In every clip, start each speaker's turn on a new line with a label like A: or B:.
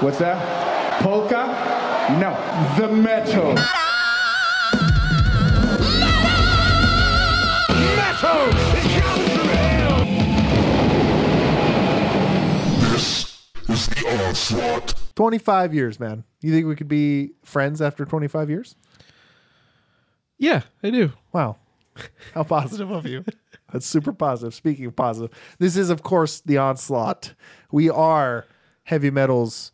A: What's that? Polka? No. The metal.
B: Metal! It comes from hell!
C: This is the onslaught.
D: 25 years, man. You think we could be friends after 25 years?
E: Yeah, I do.
D: Wow. How positive of you. That's super positive. Speaking of positive, this is, of course, the onslaught. We are heavy metal's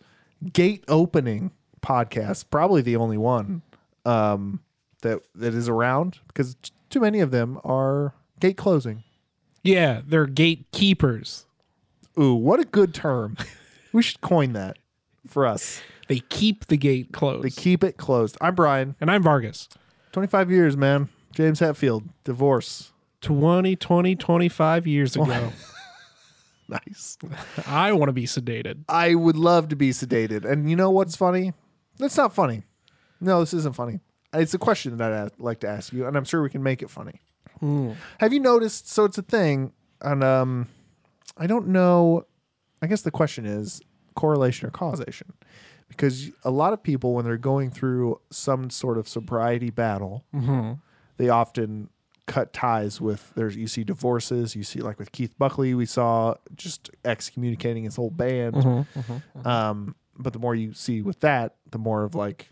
D: gate opening podcast, probably the only one um, that that is around because t- too many of them are gate closing.
E: Yeah, they're gatekeepers.
D: Ooh, what a good term. we should coin that for us.
E: They keep the gate closed.
D: They keep it closed. I'm Brian.
E: and I'm Vargas.
D: 25 years, man. James Hetfield, divorce.
E: 20, 20, 25 years ago,
D: Nice.
E: I want to be sedated.
D: I would love to be sedated. And you know what's funny? That's not funny. No, this isn't funny. It's a question that I'd like to ask you, and I'm sure we can make it funny. Have you noticed? So it's a thing, and um, I don't know. I guess the question is correlation or causation, because a lot of people, when they're going through some sort of sobriety battle,
E: Mm-hmm.
D: they often cut ties with there's you see divorces you see like with keith buckley we saw just excommunicating his whole band
E: Mm-hmm,
D: um but the more you see with that the more of like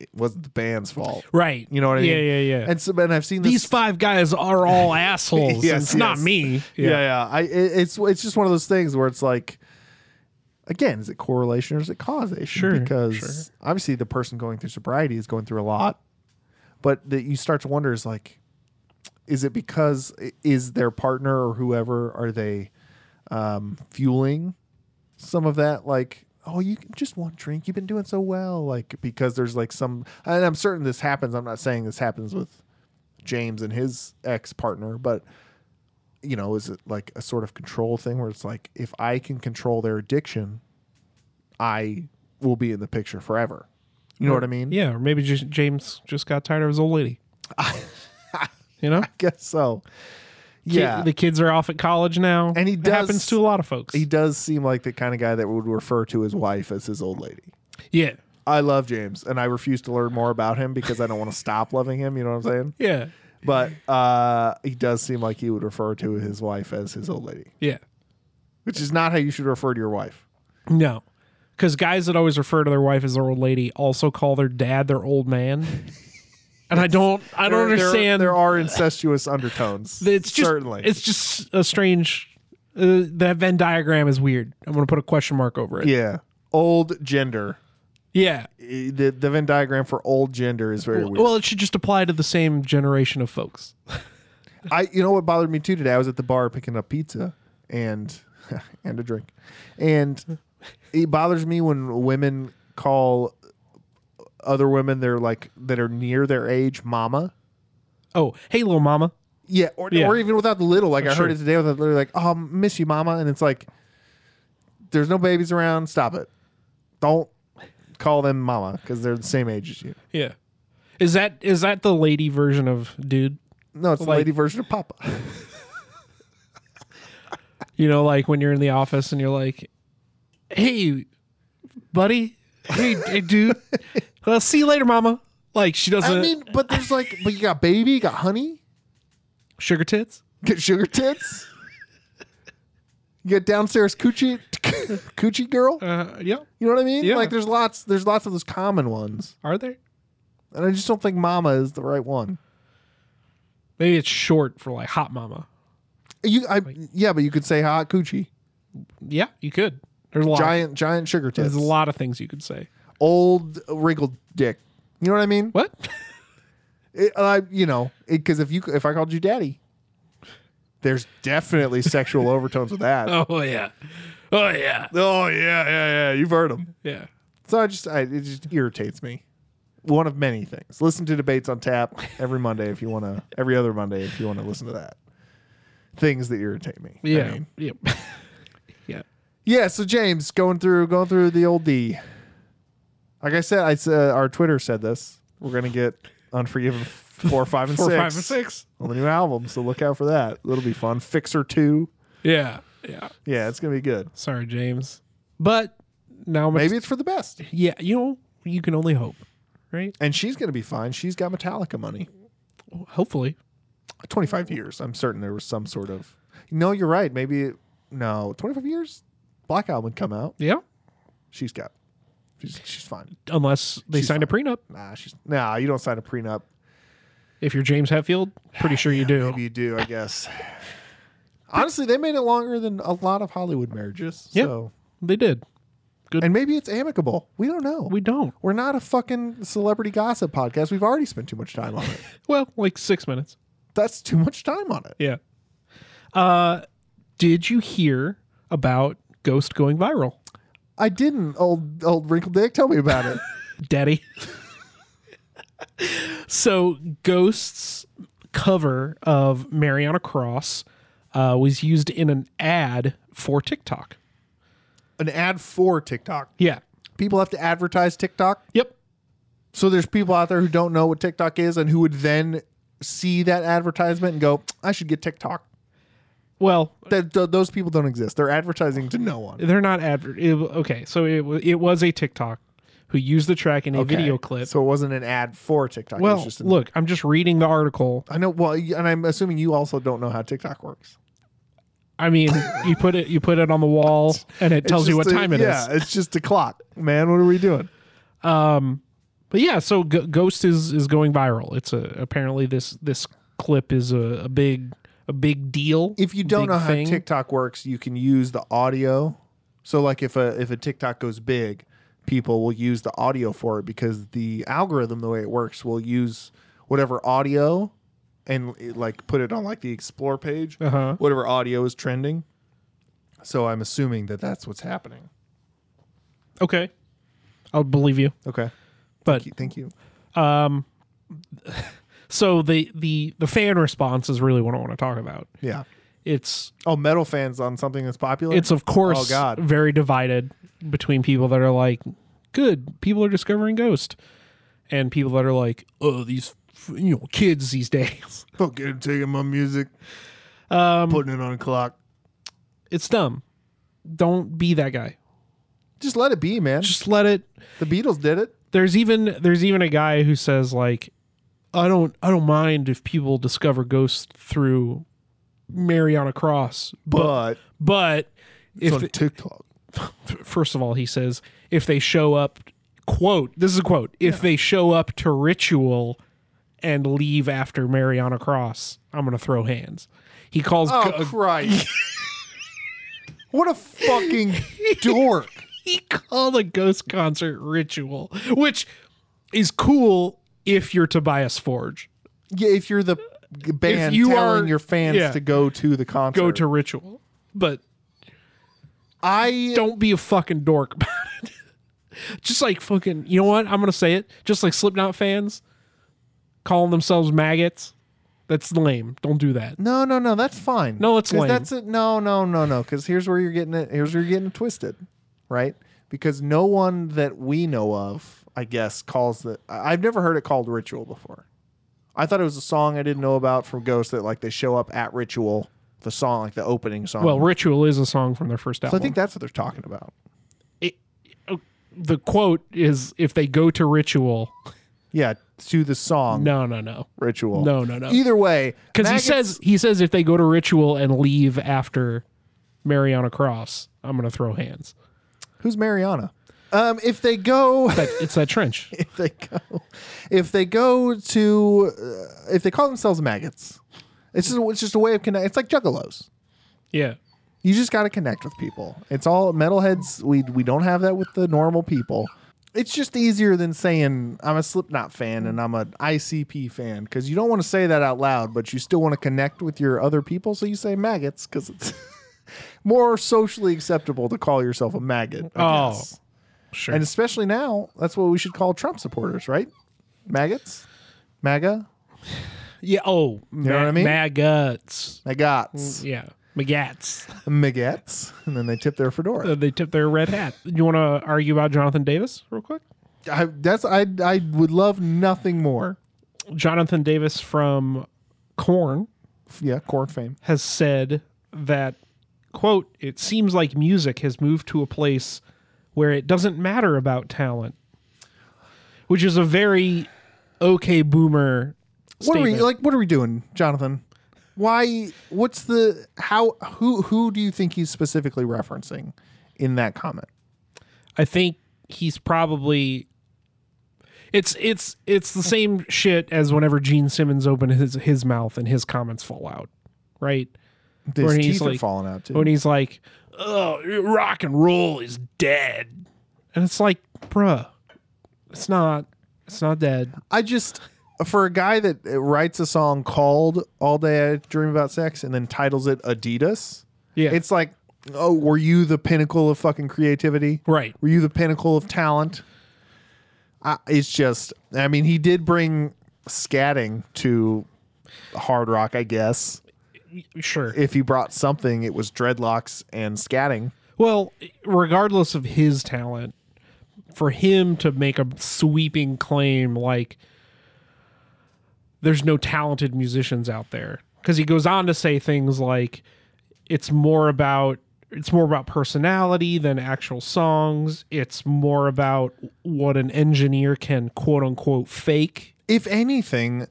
D: it wasn't the band's fault
E: Right.
D: you know what i
E: yeah,
D: mean
E: Yeah, yeah,
D: and so and i've seen this
E: These five guys are all assholes.
D: Yes,
E: and it's not
D: yes.
E: me.
D: yeah, yeah. I it, it's it's just one of those things where it's like, again, is it correlation or is it causation?
E: Sure,
D: because
E: sure.
D: obviously the person going through sobriety is going through a lot, but that you start to wonder is like, is it because i- is their partner or whoever are they um, fueling some of that like. Oh, you can- just one drink. You've been doing so well, like because there's like some, and I'm certain this happens. I'm not saying this happens with James and his ex partner, but you know, is it like a sort of control thing where it's like if I can control their addiction, I will be in the picture forever. You know what I mean?
E: Yeah, or maybe just James just got tired of his old lady. you know?
D: Guess so. Yeah.
E: Ki- the kids are off at college now.
D: And he
E: It
D: does-
E: happens to a lot of folks.
D: he does seem like the kind of guy that would refer to his wife as his old lady.
E: yeah.
D: I love James and I refuse to learn more about him because I don't want to stop loving him, you know what I'm saying?
E: Yeah.
D: But uh he does seem like he would refer to his wife as his old lady,
E: Yeah.
D: which is not how you should refer to your wife.
E: No. Because guys that always refer to their wife as their old lady also call their dad their old man. And I don't I don't
D: There- there-
E: understand.
D: There, are incestuous undertones.
E: it's just
D: certainly.
E: it's just a strange uh, that Venn diagram is weird. I'm going to put a question mark over it.
D: yeah. Old gender E,
E: Yeah.
D: the the Venn diagram for old gender is very weird.
E: Well, it should just apply to the same generation of folks.
D: I you know what bothered me too today? I was at the bar picking up pizza and and a drink, and it bothers me when women call other women they're like that are near their age mama.
E: Oh, hey little mama.
D: Yeah, or
E: Yeah.
D: or even without the little. Like I
E: Sure.
D: heard it today without the little, like oh miss you mama, and it's like there's no babies around. Stop it. Don't call them mama because they're the same age as you.
E: Yeah. Is that is that the lady version of dude?
D: No, it's the
E: Like-
D: lady version of papa.
E: You know, like when you're in the office and you're like, "Hey, buddy, hey, hey dude, I'll see you later, mama." Like she doesn't
D: I mean, but there's like, but you got baby, you got honey,
E: sugar tits.
D: you got sugar tits, you got downstairs coochie, coochie girl.
E: Uh, yeah,
D: You know what I mean?
E: Yeah.
D: Like, there's lots, there's lots of those common ones,
E: are there?
D: and I just don't think mama is the right one.
E: Maybe it's short for like hot mama.
D: You, I, yeah, but you could say hot coochie,
E: Yeah, you could. There's a lot.
D: giant, giant sugar tits,
E: there's a lot of things you could say.
D: old wrinkled dick. You know what I mean?
E: What?
D: It, I, you know, because if you, if I called you daddy, there's definitely sexual overtones with that.
E: Oh yeah. Oh yeah.
D: Oh yeah, yeah, yeah. You've heard them.
E: Yeah.
D: So I just, I, it just irritates me. One of many things. Listen to debates on tap every Monday if you want to. Every other Monday if you want to listen to that. Things that irritate me. I
E: Yeah.
D: mean.
E: Yep. yeah.
D: yeah. So James going through going through the old D. Like I said, I said our Twitter said this. We're gonna get Unforgiven four, five, and
E: Four,
D: six.
E: five, and six.
D: on the new album. So look out for that. It'll be fun. Fixer two.
E: Yeah. Yeah.
D: Yeah, it's gonna be good.
E: Sorry, James. But now
D: Maybe it's for the best.
E: yeah, you know, you can only hope, right?
D: And she's going to be fine. She's got Metallica money.
E: Hopefully,
D: 25 years. I'm certain there was some sort of. No, you're right. Maybe. It, no, 25 years? Black Album would come out.
E: yeah.
D: She's got. She's, she's fine.
E: Unless they
D: She's
E: signed a prenup.
D: Nah, she's. Nah, you don't sign a prenup.
E: If you're James Hetfield, pretty sure you do.
D: Maybe you do, I guess. Honestly, they made it longer than a lot of Hollywood marriages.
E: Yeah.
D: So.
E: They did.
D: And maybe it's amicable. We don't know.
E: We don't.
D: We're not a fucking celebrity gossip podcast. We've already spent too much time on it.
E: Well, like six minutes.
D: That's too much time on it.
E: Yeah. Uh, did you hear about Ghost going viral,
D: I didn't. Old old wrinkled dick, tell me about it.
E: Daddy? so Ghost's cover of Mariana Cross uh, was used in an ad for TikTok.
D: An ad for TikTok.
E: Yeah.
D: People have to advertise TikTok.
E: Yep.
D: So there's people out there who don't know what TikTok is and who would then see that advertisement and go, "I should get TikTok."
E: Well,
D: That th- those people don't exist. They're advertising to no one.
E: they're not advert. It, okay, so it wa- it was a TikTok who used the track in a video
D: Okay.
E: clip.
D: So it wasn't an ad for TikTok. it was
E: well,
D: just an,
E: look, I'm just reading the article.
D: I know. Well, y- and I'm assuming you also don't know how TikTok works.
E: I mean, you put it you put it on the wall, and it
D: It's
E: tells you what
D: just a-
E: time it is.
D: Yeah, it's just a clock, man. What are we doing?
E: But yeah, so G- Ghost is is going viral. It's a apparently this this clip is a, a big a big deal.
D: if you don't
E: big
D: know how
E: thing.
D: TikTok works, you can use the audio. So like if a if a TikTok goes big, people will use the audio for it because the algorithm, the way it works, will use whatever audio and it, like put it on like the explore page,
E: Uh-huh.
D: whatever audio is trending. So I'm assuming that that's what's happening.
E: okay, I'll believe you.
D: Okay.
E: But
D: Thank you.
E: so the the the fan response is really what I want to talk about.
D: Yeah.
E: It's
D: Oh, metal fans on something that's popular.
E: it's of course
D: Oh, God.
E: very divided between people that are like, good, people are discovering Ghost, and people that are like, oh, these f- you know kids these days.
D: fucking taking my music, um, putting it on a clock.
E: It's dumb. Don't be that guy.
D: Just let it be, man.
E: Just let it
D: the Beatles did it.
E: there's even there's even a guy who says like I don't I don't mind if people discover ghosts through Mariana Cross, but
D: but
E: but if
D: TikTok.
E: first of all he says if they show up quote this is a quote if they show up to ritual and leave after Mariana Cross, I'm gonna throw hands. He calls
D: Oh
E: go-
D: Christ! what a fucking dork!
E: he called a ghost concert ritual, which is cool if you're Tobias Forge.
D: Yeah, if you're the band
E: you
D: telling
E: are-
D: your fans
E: yeah.
D: to go to the concert,
E: Go to ritual. But
D: I
E: don't be a fucking dork about it. Just like fucking, you know what? I'm gonna say it. Just like Slipknot fans calling themselves maggots. That's lame. Don't do that.
D: No, no, no. That's fine.
E: No, it's
D: 'Cause
E: lame.
D: That's it. No, no, no, no. Because here's where you're getting it. Here's where you're getting it twisted, right? Because no one that we know of, I guess, calls the. I- I've never heard it called ritual before. I thought it was a song I didn't know about from Ghost that like they show up at ritual, the song like the opening song.
E: Well, Ritual is a song from their first
D: so I
E: album.
D: think that's what they're talking about.
E: the quote is if they go to Ritual,
D: Yeah, to the song
E: no, no, no.
D: ritual.
E: No, no, no.
D: Either way,
E: Because he
D: maggots-
E: says he says if they go to Ritual and leave after Mariana Cross, I'm gonna throw hands.
D: who's Mariana. Um, if they go.
E: That it's that trench.
D: if they go if they go to uh, if they call themselves maggots it's just it's just a way of connect it's like juggalos
E: Yeah.
D: you just got to connect with people it's all metalheads we we don't have that with the normal people it's just easier than saying i'm a slipknot fan and i'm an icp fan because you don't want to say that out loud but you still want to connect with your other people so you say maggots because it's more socially acceptable to call yourself a maggot I
E: Oh,
D: guess.
E: Sure.
D: And especially now, that's what we should call Trump supporters, right? Maggots? MAGA?
E: yeah. Oh, you
D: know what I mean?
E: Maggots.
D: Maggots.
E: Yeah. Maggots.
D: Maggots. And then they tip their fedora.
E: Uh, they tip their red hat. You want to argue about Jonathan Davis real quick?
D: I, that's I I would love nothing more.
E: Jonathan Davis from Korn
D: Yeah, corn fame.
E: has said that quote, "It seems like music has moved to a place where it doesn't matter about talent, which is a very okay boomer.
D: What are we
E: statement.
D: like? What are we doing, Jonathan? Why? What's the how? Who? Who do you think he's specifically referencing in that comment?
E: I think he's probably it's it's it's the same shit as whenever Gene Simmons opened his his mouth and his comments fall out, right?
D: His
E: When he's
D: teeth are
E: like-
D: falling out too.
E: When he's like, "Oh, rock and roll is dead," and it's like, bruh, it's not, it's not dead.
D: I just for a guy that writes a song called "All Day I Dream About Sex" and then titles it Adidas.
E: Yeah,
D: It's like, oh, were you the pinnacle of fucking creativity?
E: right.
D: Were you the pinnacle of talent? I, it's just, I mean, he did bring scatting to hard rock, I guess.
E: Sure.
D: If he brought something, it was dreadlocks and scatting.
E: Well, regardless of his talent, for him to make a sweeping claim like there's no talented musicians out there because he goes on to say things like it's more about it's more about personality than actual songs. It's more about what an engineer can quote unquote fake.
D: If anything,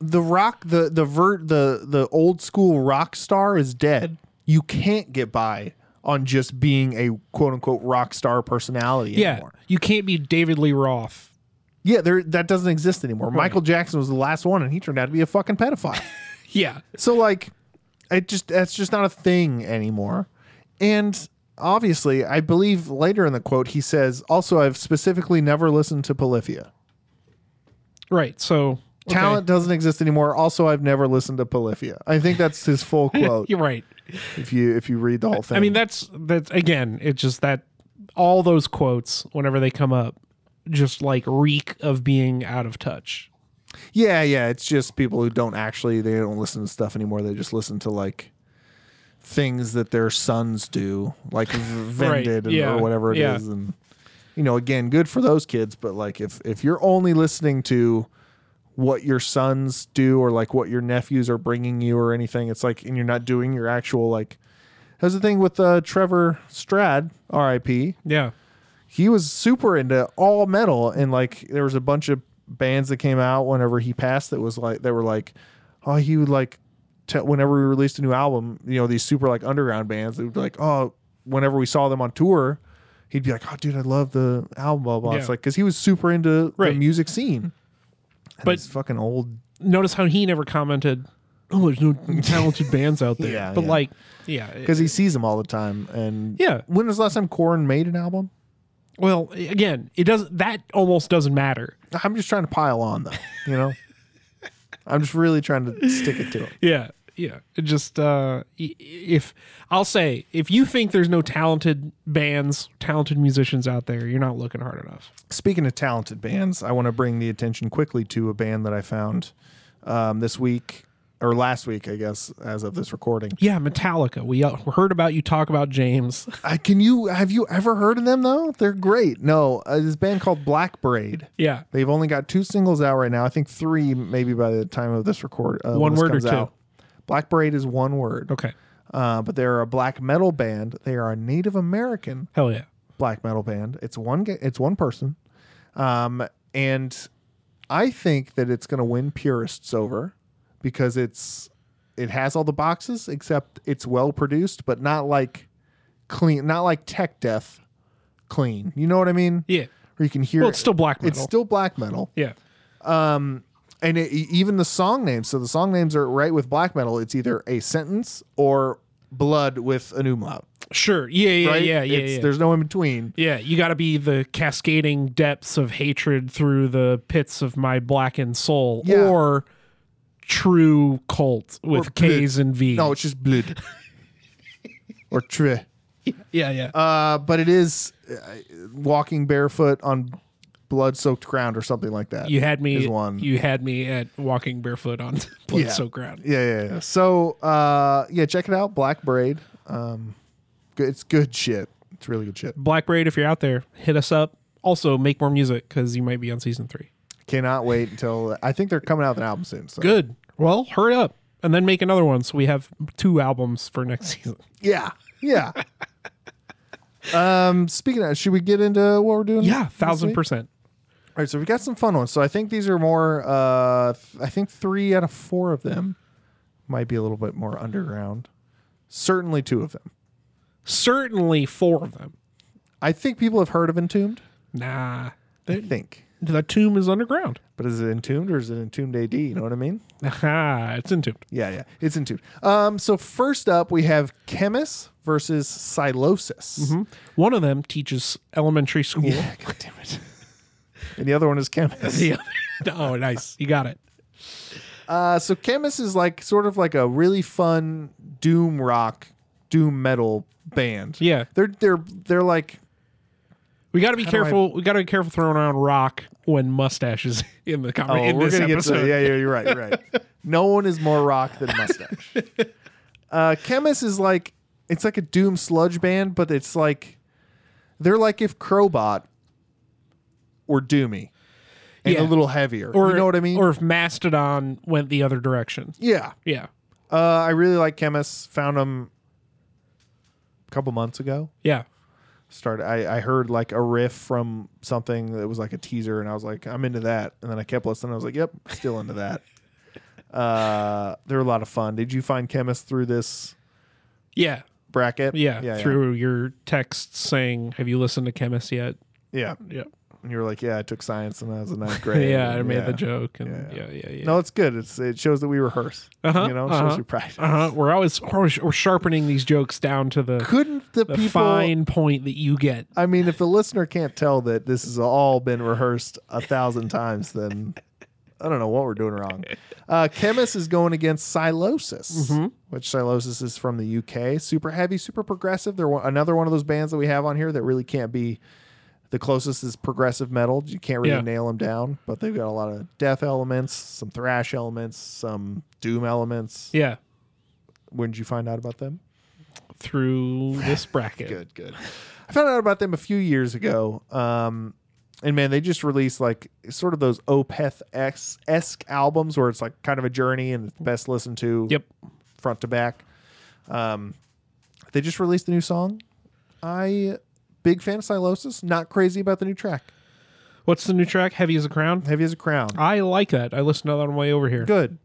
D: the rock, the the vert, the the old school rock star is dead. You can't get by on just being a quote unquote rock star personality anymore.
E: You can't be David Lee Roth.
D: Yeah, there that doesn't exist anymore. Michael Jackson was the last one, and he turned out to be a fucking pedophile.
E: Yeah.
D: so like, it just that's just not a thing anymore. And obviously, I believe later in the quote he says, "Also, I've specifically never listened to Polyphia.
E: Right. So okay.
D: Talent doesn't exist anymore. Also, I've never listened to Polyphia." I think that's his full quote.
E: You're right.
D: if you if you read the whole thing,
E: I mean, that's that's again. It's just that all those quotes, whenever they come up, just like reek of being out of touch.
D: yeah, yeah, it's just people who don't actually they don't listen to stuff anymore. They just listen to like. Things that their sons do, like vended and,
E: yeah,
D: or whatever it is,
E: yeah.
D: and you know again good for those kids but like if if you're only listening to what your sons do or like what your nephews are bringing you or anything it's like and you're not doing your actual like that's the thing with uh trevor strad rip
E: Yeah,
D: he was super into all metal and like there was a bunch of bands that came out whenever he passed that was like they were like oh he would like te- whenever we released a new album you know these super like underground bands they would be like oh whenever we saw them on tour he'd be like oh dude i love the album blah blah it's
E: Yeah.
D: like because he was super into
E: Right.
D: the music scene And
E: But-
D: these fucking old
E: notice how he never commented. Oh, there's no talented bands out there.
D: Yeah,
E: but
D: yeah.
E: like, yeah,
D: because he sees them all the time and
E: Yeah.
D: when was the last time Korn made an album
E: well, again, it doesn't. That almost doesn't matter.
D: i'm just trying to pile on though you know i'm just really trying to stick it to him
E: Yeah, yeah. It just uh, i- if I'll say if you think there's no talented bands, talented musicians out there, you're not looking hard enough.
D: Speaking of talented bands, I want to bring the attention quickly to a band that I found um, this week or last week, I guess, as of this recording.
E: Yeah, Metallica. We uh, heard about you talk about James.
D: I, can you have you ever heard of them though? They're great. No, uh, this band called Black Braid.
E: Yeah.
D: They've only got two singles out right now. I think three, maybe by the time of this record. Uh, when
E: One
D: this
E: word or
D: comes
E: two?
D: out. Black Braid is one word.
E: Okay.
D: Uh, but they're a black metal band. They are a Native American
E: Hell yeah.
D: black metal band. It's one ga- it's one person. Um and I think that it's going to win purists over because it's it has all the boxes except it's well produced but not like clean not like tech death clean. You know what I mean?
E: Yeah.
D: Where you can hear
E: Well, it's still black metal.
D: It's still black metal.
E: yeah.
D: And it, e- even the song names, so the song names are right with black metal, it's either a sentence or blood with an umlaut,
E: Sure. Yeah. Yeah.
D: right?
E: Yeah. Yeah.
D: It's-
E: yeah.
D: There's no in between.
E: yeah. You got to be the cascading depths of hatred through the pits of my blackened soul,
D: Yeah.
E: or true cult with
D: Or
E: K's and V.
D: No, it's just blood. or tre.
E: yeah. Yeah.
D: Uh, but it is uh, walking barefoot on blood-soaked ground or something like that.
E: you had me.
D: is one.
E: You had me at walking barefoot on blood
D: Yeah.
E: soaked ground.
D: yeah, yeah, yeah. So, uh, yeah, check it out, Black Braid. Um, good, it's good shit. It's really good shit.
E: Black Braid, if you're out there, hit us up. Also, make more music because you might be on season three.
D: Cannot wait until I think they're coming out with an album soon. So.
E: Good. Well, hurry up and then make another one so we have two albums for next season.
D: Yeah, yeah. Um, speaking of, should we get into what we're doing?
E: Yeah,
D: this
E: thousand
D: week?
E: percent.
D: All right, so we got some fun ones. So I think these are more. Uh, th- I think three out of four of them might be a little bit more underground. Certainly two of them.
E: Certainly four of them.
D: I think people have heard of Entombed.
E: Nah,
D: I think,
E: the tomb is underground.
D: but is it Entombed or is it Entombed AD? You know what I mean?
E: Aha, it's entombed.
D: Yeah, yeah, it's Entombed. Um, so first up, we have Chemis versus Silosis.
E: Mm-hmm. One of them teaches elementary school.
D: Yeah, God damn it. and the other one is Chemis.
E: The other- oh, nice. You got it.
D: Uh, so Chemist is like sort of like a really fun doom rock, doom metal band.
E: Yeah.
D: they're they're they're like
E: We got to be
D: do I-
E: careful. We got to be careful throwing around rock when mustaches in the
D: oh,
E: conver- in
D: we're
E: this
D: gonna get to
E: episode.
D: yeah yeah you're right you're right. no one is more rock than mustache. uh, Chemist is like it's like a doom sludge band, but it's like they're like if Crowbot were doomy and
E: Yeah.
D: a little heavier.
E: Or
D: you know what I mean?
E: Or if Mastodon went the other direction.
D: yeah.
E: Yeah.
D: Uh, I really like Chemist. Found them a couple months ago.
E: Yeah.
D: started I, I heard like a riff from something that was like a teaser and i was like i'm into that and then i kept listening i was like yep still into that uh they're a lot of fun did you find chemist through this
E: Yeah.
D: bracket
E: Yeah.
D: yeah
E: Through your texts saying, "Have you listened to Chemist yet?"
D: yeah,
E: Yeah.
D: and you were like yeah i took science and i was in ninth grade
E: Yeah. I
D: And
E: made
D: yeah.
E: the joke. And yeah. Yeah. Yeah.
D: no it's good it's it shows that we rehearse
E: Uh-huh,
D: you know it
E: uh-huh,
D: shows we practice
E: Uh-huh. We're always we're, always- we're sharpening these jokes down to the,
D: couldn't the,
E: the
D: people
E: fine point that you get.
D: i mean if the listener can't tell that this has all been rehearsed a thousand times then I don't know what we're doing wrong. Uh, Chemist is going against Silosis, which Silosis is from the UK. Super heavy, super progressive. They're one, another one of those bands that we have on here that really can't be. The closest is progressive metal. You can't really
E: Yeah.
D: nail them down, but they've got a lot of death elements, some thrash elements, some doom elements.
E: Yeah.
D: When did you find out about them?
E: Through this bracket.
D: good, good. I found out about them a few years ago. Um, and man, they just released like sort of those Opeth esque albums where it's like kind of a journey and it's best listened to
E: Yep.
D: front to back. Um, they just released a new song. I big fan of Silosis, not crazy about the new track.
E: What's the new track? Heavy as a crown.
D: Heavy as a crown.
E: I like that. I listened to that on the way over here.
D: Good.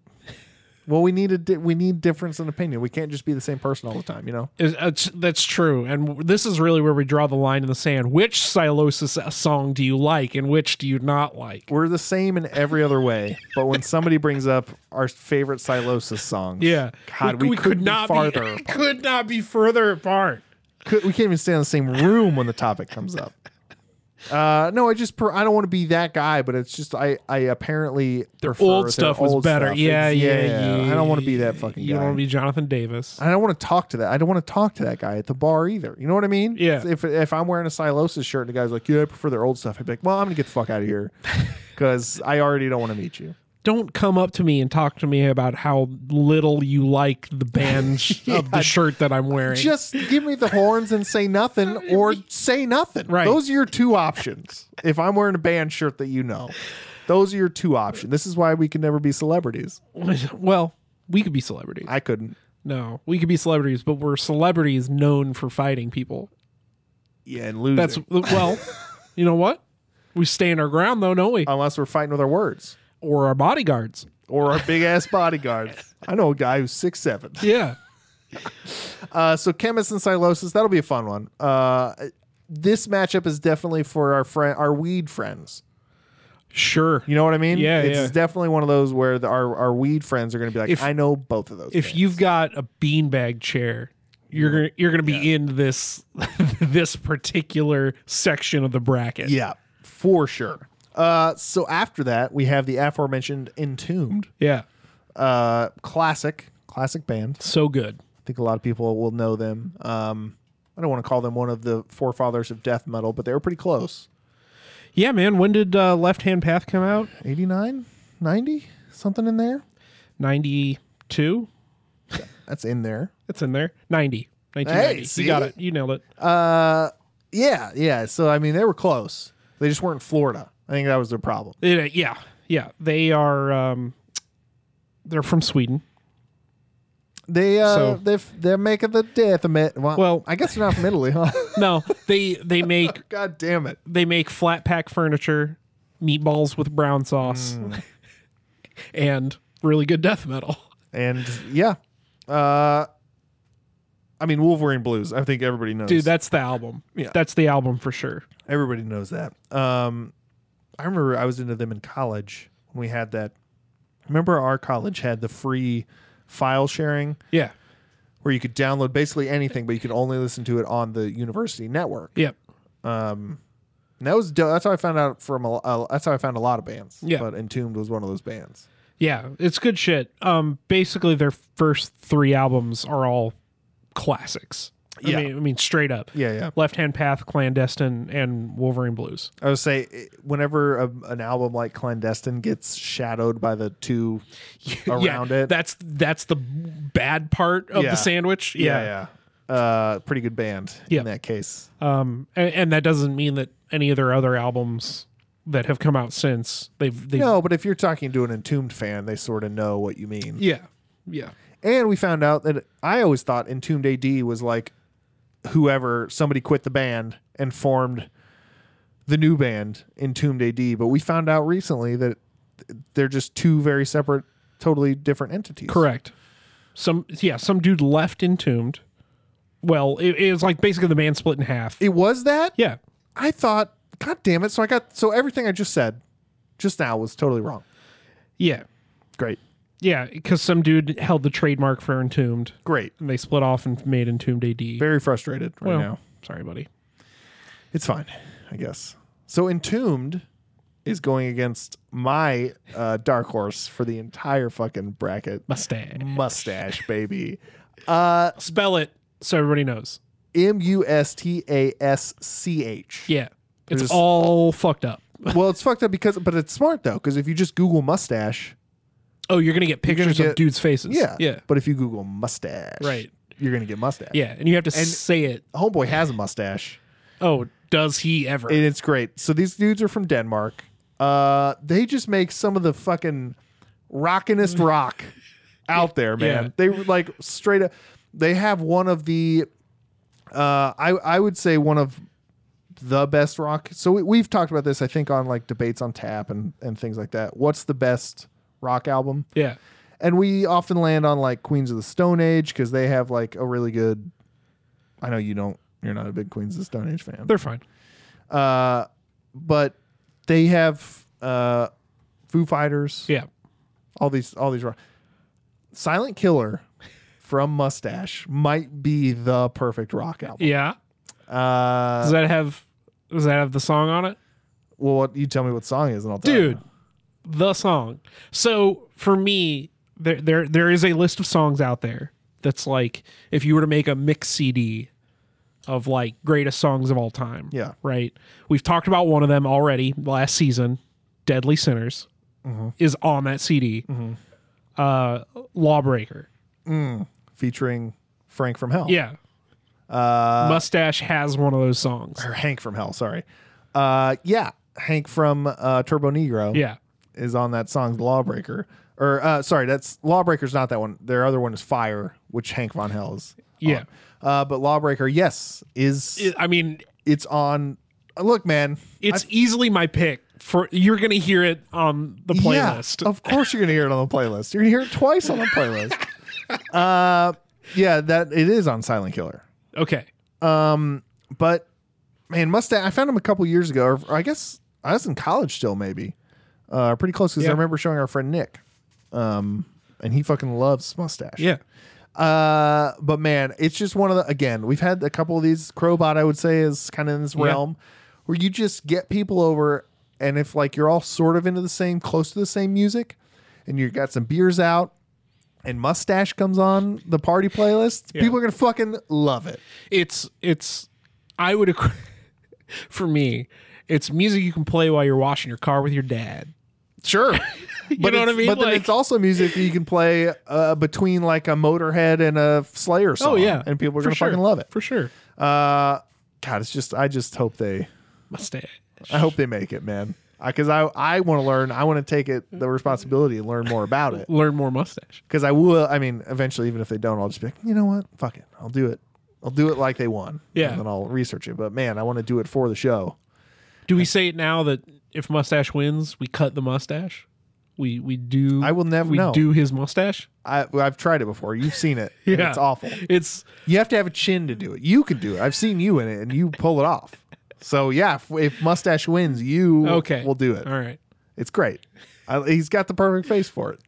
D: Well, we need a di- we need difference in opinion. We can't just be the same person all the time, you know.
E: Is- that's- that's true. And w- this is really where we draw the line in the sand. Which Silosis uh, song do you like and which do you not like?
D: We're the same in every other way, but when somebody brings up our favorite Silosis song,
E: Yeah.
D: God, we, could, not be farther.
E: could not be further apart.
D: could, we can't even stay in the same room when the topic comes up. Uh, no, I just per, I don't want to be that guy, but it's just I I apparently prefer
E: old
D: their
E: stuff was
D: old
E: better.
D: stuff.
E: Yeah,
D: It's-
E: yeah,
D: I don't want to be
E: yeah.
D: that fucking
E: You don't
D: guy.
E: want to be Jonathan Davis.
D: I don't want to talk to that. I don't want to talk to that guy at the bar either. You know what I mean?
E: Yeah.
D: If if I'm wearing a Silosis shirt and the guy's like, "Yeah, I prefer their old stuff," I'd be like, "Well, I'm gonna get the fuck out of here," because I already don't want to meet you.
E: Don't come up to me and talk to me about how little you like the band sh- of the shirt that I'm wearing.
D: just give me the horns and say nothing or say nothing.
E: Right.
D: Those are your two options. If I'm wearing a band shirt that you know, those are your two options. This is why we can never be celebrities.
E: well, we could be celebrities.
D: I couldn't.
E: no, we could be celebrities, but we're celebrities known for fighting people.
D: Yeah, and losing.
E: That's well, you know what? We stand our ground though, don't we?
D: Unless we're fighting with our words
E: or our bodyguards.
D: or our big ass bodyguards. I know a guy who's six seven.
E: Yeah.
D: Uh, so chemists and silosis, that'll be a fun one. Uh, this matchup is definitely for our friend, our weed friends.
E: Sure.
D: You know what I mean?
E: Yeah,
D: it's
E: yeah.
D: definitely one of those where the, our our weed friends are going to be like,
E: If-
D: I know both of those.
E: if
D: bands."
E: you've got a beanbag chair, you're gonna you're gonna be in this this particular section of the bracket.
D: Yeah, for sure. Uh, so after that, we have the aforementioned Entombed,
E: Yeah.
D: uh, classic, classic band.
E: So good.
D: I think a lot of people will know them. Um, I don't want to call them one of the forefathers of death metal, but they were pretty close.
E: Yeah, man. When did uh, Left Hand Path come out?
D: 89, 90, something in there.
E: Ninety two.
D: That's in there.
E: That's in there. Ninety. 1990.
D: see?
E: You got it. You nailed it.
D: Uh, Yeah, yeah. So I mean, they were close. They just weren't in Florida. I think that was their problem.
E: Yeah, uh, yeah, yeah. They are. Um, they're from Sweden.
D: They uh,
E: So-
D: they they're making the death of it. Well,
E: Well-
D: I guess they're not from Italy, huh?
E: No, they they make
D: God damn it!
E: they make flat pack furniture, meatballs with brown sauce,
D: Mm.
E: and really good death metal.
D: And yeah, uh, I mean Wolverine Blues. I think everybody knows.
E: Dude, that's the album.
D: Yeah.
E: That's the album for sure.
D: everybody knows that. Um, I remember I was into them in college when we had that. Remember our college had the free file sharing
E: Yeah.
D: where you could download basically anything, but you could only listen to it on the university network.
E: Yep.
D: And that was dope. that's how I found out from a, uh, that's how I found a lot of bands.
E: Yeah.
D: but Entombed was one of those bands.
E: Yeah, it's good shit. Um, basically, their first three albums are all classics.
D: Yeah.
E: I mean, I mean straight up.
D: Yeah, yeah.
E: Left Hand Path, Clandestine, and Wolverine Blues.
D: I would say it- whenever a, an album like Clandestine gets shadowed by the two around
E: yeah,
D: it,
E: That's that's the bad part of
D: Yeah.
E: the sandwich.
D: yeah, yeah, Uh, pretty good band
E: Yeah.
D: in that case.
E: Um, and, and that doesn't mean that any of their other albums that have come out since they've they
D: No, but if you're talking to an Entombed fan, they sort of know what you mean.
E: yeah yeah
D: And we found out that I always thought Entombed AD was like whoever somebody quit the band and formed the new band Entombed AD, but we found out recently that they're just two very separate, totally different entities.
E: correct. Some yeah some dude left entombed. Well, it, it was like basically the band split in half.
D: It was that?
E: yeah.
D: I thought, God damn it. So I got, so everything I just said just now was totally wrong.
E: Yeah.
D: Great.
E: Yeah, because some dude held the trademark for Entombed,
D: Great.
E: and they split off and made Entombed AD.
D: Very frustrated right
E: Well,
D: now.
E: sorry, buddy.
D: It's fine, I guess. So Entombed is going against my uh, dark horse for the entire fucking bracket.
E: Mustang.
D: Mustache, baby. Uh,
E: Spell it so everybody knows.
D: M U S T A S C H.
E: Yeah, it's
D: There's-
E: all fucked up.
D: Well, it's fucked up because, but it's smart though, because if you just Google mustache,
E: Oh, you're gonna get pictures
D: get-
E: of dudes' faces.
D: yeah,
E: yeah,
D: But if you Google mustache,
E: Right.
D: you're gonna get mustache.
E: yeah, and you have to say it.
D: Homeboy has a mustache.
E: Oh, does he ever?
D: and it's great. So these dudes are from Denmark. Uh, they just make some of the fucking rockinest rock out there, man.
E: Yeah.
D: They were like straight up. They have one of the, uh, I I would say one of the best rock. So we, we've talked about this, I think, on like debates on tap and and things like that. What's the best rock album?
E: yeah,
D: and we often land on like Queens of the Stone Age because they have like a really good. I know you don't. You're not a big Queens of the Stone Age fan
E: they're fine.
D: uh, but they have uh, Foo Fighters,
E: Yeah,
D: all these, all these. ro- Silent Killer from Mustache might be the perfect rock album.
E: yeah.
D: Uh,
E: Does that have? Does that have the song on it?
D: well, what, you tell me what song it is, and I'll tell
E: dude
D: you.
E: the song so for me there, there there is a list of songs out there that's like if you were to make a mix cd of like greatest songs of all time
D: Yeah.
E: right we've talked about one of them already last season deadly sinners is on that cd uh lawbreaker
D: featuring Frank from Hell.
E: yeah uh mustache has one of those songs
D: or Hank from Hell. Sorry. Uh, yeah, Hank from uh, Turbo Negro.
E: yeah
D: is on that song "The Lawbreaker." Or uh, sorry, that's Lawbreaker's not that one. Their other one is Fire, which Hank Von Hell is.
E: Yeah.
D: on. Uh, but Lawbreaker, yes, is
E: It- i mean
D: it's on. uh, Look, man,
E: it's easily my pick for you're gonna hear it on the playlist
D: Yeah, of course, you're gonna hear it on the playlist. You're gonna hear it twice on the playlist. uh, yeah, that it is on Silent Killer.
E: okay
D: But man, Mustang, I found him a couple years ago. Or, or I guess I was in college still, maybe. Uh, pretty close because
E: Yeah.
D: I remember showing our friend Nick, um, and he fucking loves Mustache.
E: yeah
D: Uh, but man, it's just one of the again, we've had a couple of these crowbot, I would say, is kind of in this realm where you just get people over and if like you're all sort of into the same, close to the same music, and you got some beers out and mustache comes on the party playlist, people are gonna fucking love it.
E: it's it's I would equ- for me, it's music you can play while you're washing your car with your dad.
D: Sure.
E: You know what I mean?
D: But then
E: Like-
D: it's also music that you can play uh, between like a Motorhead and a Slayer song.
E: Oh yeah,
D: and people are
E: For
D: gonna
E: sure.
D: fucking love it.
E: for sure.
D: Uh, God, it's just I just hope they
E: Mustache.
D: I hope they make it, man. because I I want to learn. I want to take it the responsibility and learn more about it.
E: Learn more mustache.
D: Because I will. I mean, eventually, even if they don't, I'll just be like, you know what? Fuck it. I'll do it. I'll do it like they won.
E: Yeah.
D: And then I'll research it. But man, I want to do it for the show.
E: Do we say it now that if mustache wins, we cut the mustache? We we do.
D: I will never
E: we
D: know.
E: do his mustache.
D: I, I've tried it before. You've seen it. And It's awful.
E: It's
D: You have to have a chin to do it. You can do it. I've seen you in it, and you pull it off. So yeah, if, if mustache wins, you
E: okay.
D: will do it.
E: All right.
D: It's great. I, he's got the perfect face for it.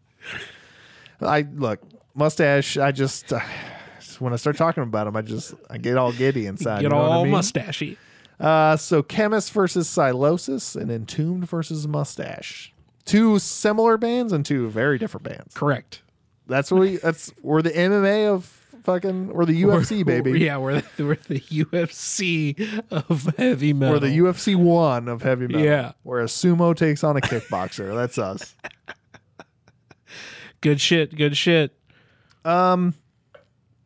D: I look mustache. I just, uh, when I start talking about him, I just I get all giddy inside. you
E: Get
D: know what I
E: all
D: mean?
E: mustachy.
D: Uh, so chemist versus Silosis and Entombed versus Mustache. Two similar bands and two very different bands.
E: Correct.
D: That's what we. That's we're the MMA of fucking. We're the UFC baby.
E: Yeah, we're the, we're the UFC of heavy metal.
D: We're the UFC one of heavy metal.
E: Yeah.
D: Where a sumo takes on a kickboxer. That's us.
E: good shit. Good shit.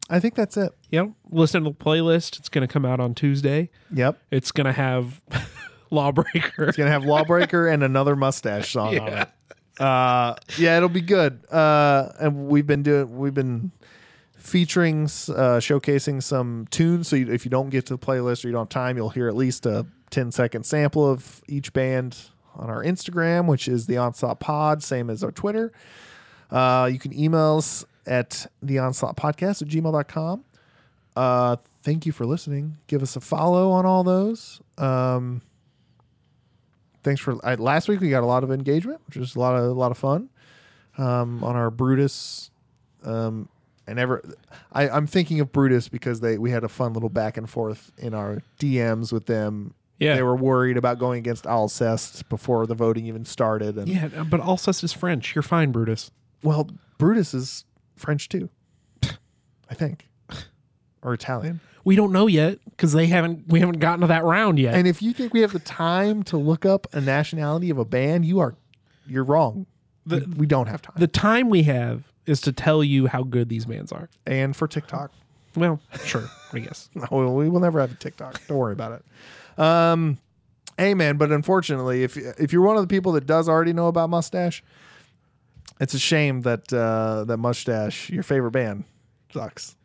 D: I think that's it.
E: Yep. Listen to the playlist. It's gonna come out on Tuesday.
D: Yep.
E: It's gonna have Lawbreaker.
D: It's gonna have Lawbreaker and another mustache song on it. Uh, yeah, it'll be good. Uh, and we've been doing, we've been featuring, uh, showcasing some tunes. So you, if you don't get to the playlist or you don't have time, you'll hear at least a 10 second sample of each band on our Instagram, which is the Onslaught Pod, same as our Twitter. Uh, you can email us at the Onslaught Podcast at gmail.com. Uh, thank you for listening. Give us a follow on all those. Um, thanks for I, last week. We got a lot of engagement, which was a lot of a lot of fun um, on our Brutus. Um, and ever, I, I'm thinking of Brutus because they we had a fun little back and forth in our DMs with them.
E: Yeah.
D: they were worried about going against Alcest before the voting even started, and
E: yeah, but Alcest is French. You're fine, Brutus.
D: well, Brutus is French too, I think, or Italian.
E: We don't know yet because they haven't. We haven't gotten to that round yet.
D: And if you think we have the time to look up a nationality of a band, you are you're wrong.
E: The-
D: we, we don't have time.
E: the time we have is to tell you how good these bands are.
D: and for TikTok,
E: Well, sure, I guess.
D: no, we will never have a TikTok. Don't worry about it. Um, amen. But unfortunately, if if you're one of the people that does already know about Mustache, it's a shame that uh, that Mustache, your favorite band, sucks.